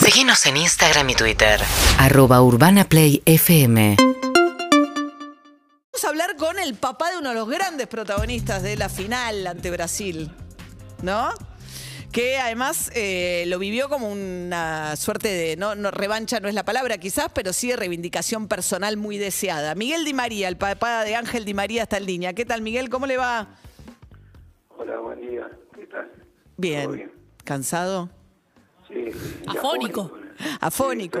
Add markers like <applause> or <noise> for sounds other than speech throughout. Seguinos en Instagram y Twitter. Arroba Urbana Play FM. Vamos a hablar con el papá de uno de los grandes protagonistas de la final ante Brasil, ¿no? Que además eh, lo vivió como una suerte de, no, no, revancha no es la palabra quizás, pero sí de reivindicación personal muy deseada. Miguel Di María, el papá de Ángel Di María está en línea. ¿Qué tal Miguel? ¿Cómo le va? Hola, buen día. ¿Qué tal? Bien. ¿Todo bien? ¿Cansado? <laughs> Sí. sí, Afónico. Afónico.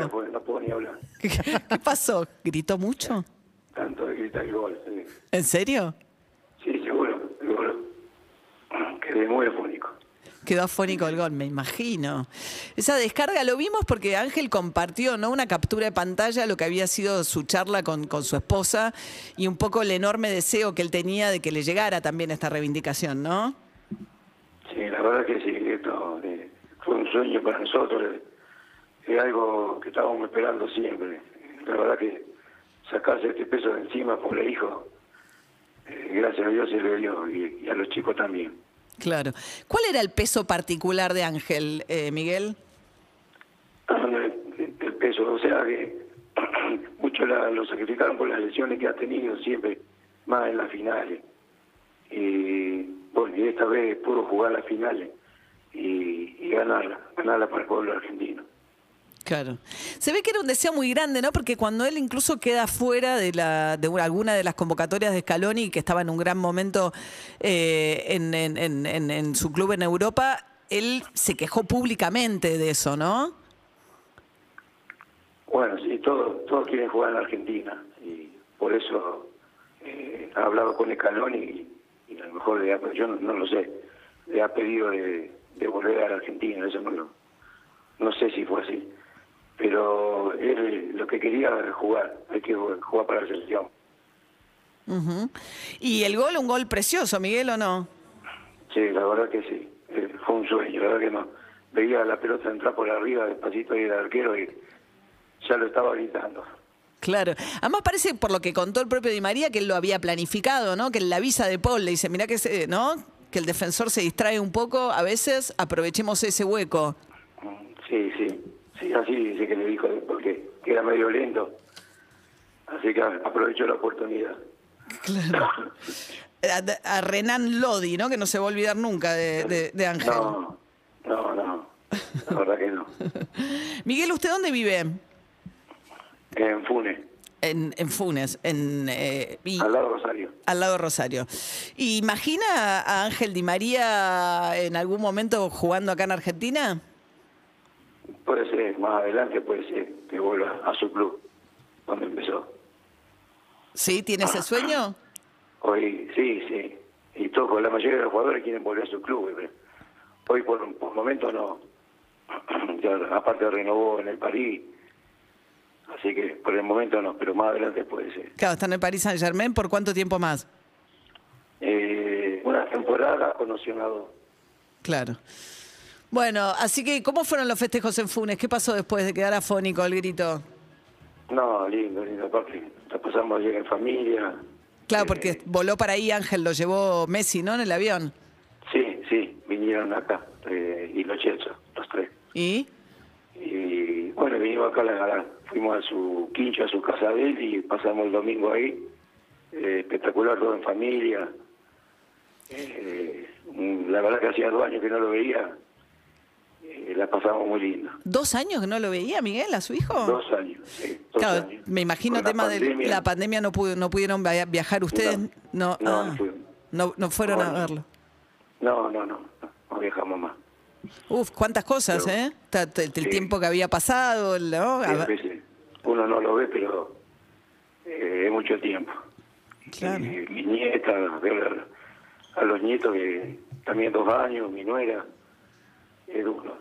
Afónico. Sí, pero no puedo ni hablar. ¿Qué, qué pasó? ¿Gritó mucho? Tanto de gritar el gol. Sí, ¿En serio? sí seguro, seguro. Quedé muy afónico. Quedó afónico el gol, me imagino. Esa descarga lo vimos porque Ángel compartió ¿no? una captura de pantalla lo que había sido su charla con, con su esposa y un poco el enorme deseo que él tenía de que le llegara también esta reivindicación, ¿no? Sí, la verdad que sí, esto eh, fue un sueño para nosotros. eh, Es algo que estábamos esperando siempre. La verdad que sacarse este peso de encima por el hijo, eh, gracias a Dios se lo dio y, y a los chicos también. Claro. ¿Cuál era el peso particular de Ángel, eh, Miguel? el, el peso. O sea que <clears throat> muchos la- lo sacrificaron por las lesiones que ha tenido siempre, más en las finales. Y bueno, y esta vez puro jugar las finales y, y ganarla, ganarla para el pueblo argentino. Claro. Se ve que era un deseo muy grande, ¿no? Porque cuando él incluso queda fuera de, la, de una- alguna de las convocatorias de Scaloni, que estaba en un gran momento eh, en, en- en- en- en su club en Europa, él se quejó públicamente de eso, ¿no? Bueno, sí, todos, todos quieren jugar en la Argentina y por eso eh, ha hablado con Escalón y, y a lo mejor le ha, yo no, no lo sé, le ha pedido de, de volver a la Argentina, eso no lo, no sé si fue así, pero él lo que quería era jugar, hay que jugar para la selección. Ujú. Y el gol, un gol precioso, Miguel, ¿o no? Sí, la verdad que sí, eh, fue un sueño, la verdad que no. Veía la pelota entrar por arriba despacito y el arquero y ya lo estaba gritando. Claro. Además parece, por lo que contó el propio Di María, que él lo había planificado, ¿no? Que en la visa de Paul le dice, mirá que, se, ¿no? que el defensor se distrae un poco, a veces aprovechemos ese hueco. Mm, Sí, sí, sí, así dice que le dijo, porque era medio lento. Así que aprovechó la oportunidad. a, a Renan Lodi, ¿no? Que no se va a olvidar nunca de, Eh, de- de Ángel. No, no, no, la verdad que <laughs> no. Miguel, ¿usted dónde vive? En Funes, En, en Funes, en, eh, y- al lado de Rosario. al lado de Rosario. ¿Y ¿Imagina a Ángel Di María en algún momento jugando acá en Argentina? Puede ser, más adelante puede ser que vuelva a su club, donde empezó. ¿Sí? ¿Tiene ese sueño? Hoy, sí, sí. Y todos, la mayoría de los jugadores quieren volver a su club. pero hoy por, por momento no. <clears throat> Ya, aparte renovó en el París. Así que por el momento no, pero más adelante puede ser. Claro, está en el Paris Saint Germain, ¿por cuánto tiempo más? eh, una temporada con Opción a dos. Claro. Bueno, así que, ¿cómo fueron los festejos en Funes? ¿Qué pasó después de quedar afónico el grito? No, lindo, lindo, aparte, la pasamos ayer en familia. Claro, Eh, porque voló para ahí Ángel, lo llevó Messi, ¿no? En el avión. Sí, sí, vinieron acá, eh, y los Chelsea, los tres. ¿Y? Y bueno, vinimos acá a la a- fuimos a su quincho, a su casa de él, y pasamos el domingo ahí. Eh, espectacular, todo en familia. Eh, mm, la verdad que hacía dos años que no lo veía. Eh, la pasamos muy linda. ¿Dos años que no lo veía, Miguel, a su hijo? Dos años, sí, dos Oh. claro, años. me imagino Con el tema de la pandemia, no, pudo- no pudieron via- viajar ustedes. No, No, no, ah, no fuimos. no- no fueron No, a no. verlo. No, no, no, no viajamos más. Uf, cuántas cosas, Pero- ¿eh? Ta- ta- El, Sí. tiempo que había pasado, ¿no? A A- veces uno no lo ve, pero eh, es mucho tiempo. Claro. Eh, mi nieta, veo a, a los nietos que también dos años, mi nuera, es duro.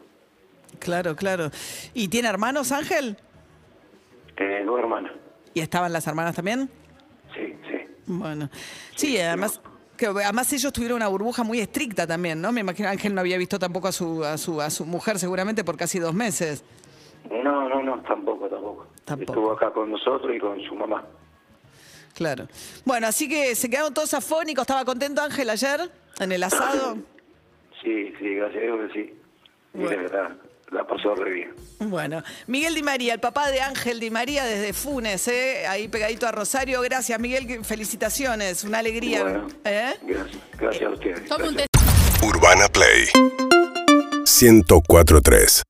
Claro, claro. ¿Y tiene hermanos, Ángel? Eh, dos hermanas, ¿Y estaban las hermanas también? sí, sí. Bueno. Sí, además, que, además ellos tuvieron una burbuja muy estricta también, ¿no? Me imagino Ángel no había visto tampoco a su, a su, a su mujer seguramente por casi dos meses. No, no, no, tampoco, tampoco. Tampoco. Estuvo acá con nosotros y con su mamá. Claro. Bueno, así que se quedaron todos afónicos. ¿Estaba contento Ángel ayer en el asado? Sí, sí, gracias a Dios que sí. Y Bueno. la verdad, la pasó re bien. Bueno, Miguel Di María, el papá de Ángel Di María desde Funes, ¿eh? ahí pegadito a Rosario. Gracias, Miguel, que- felicitaciones, una alegría. Bueno, ¿eh? gracias, gracias a ustedes. Tome un gracias. té. Urbana Play 1043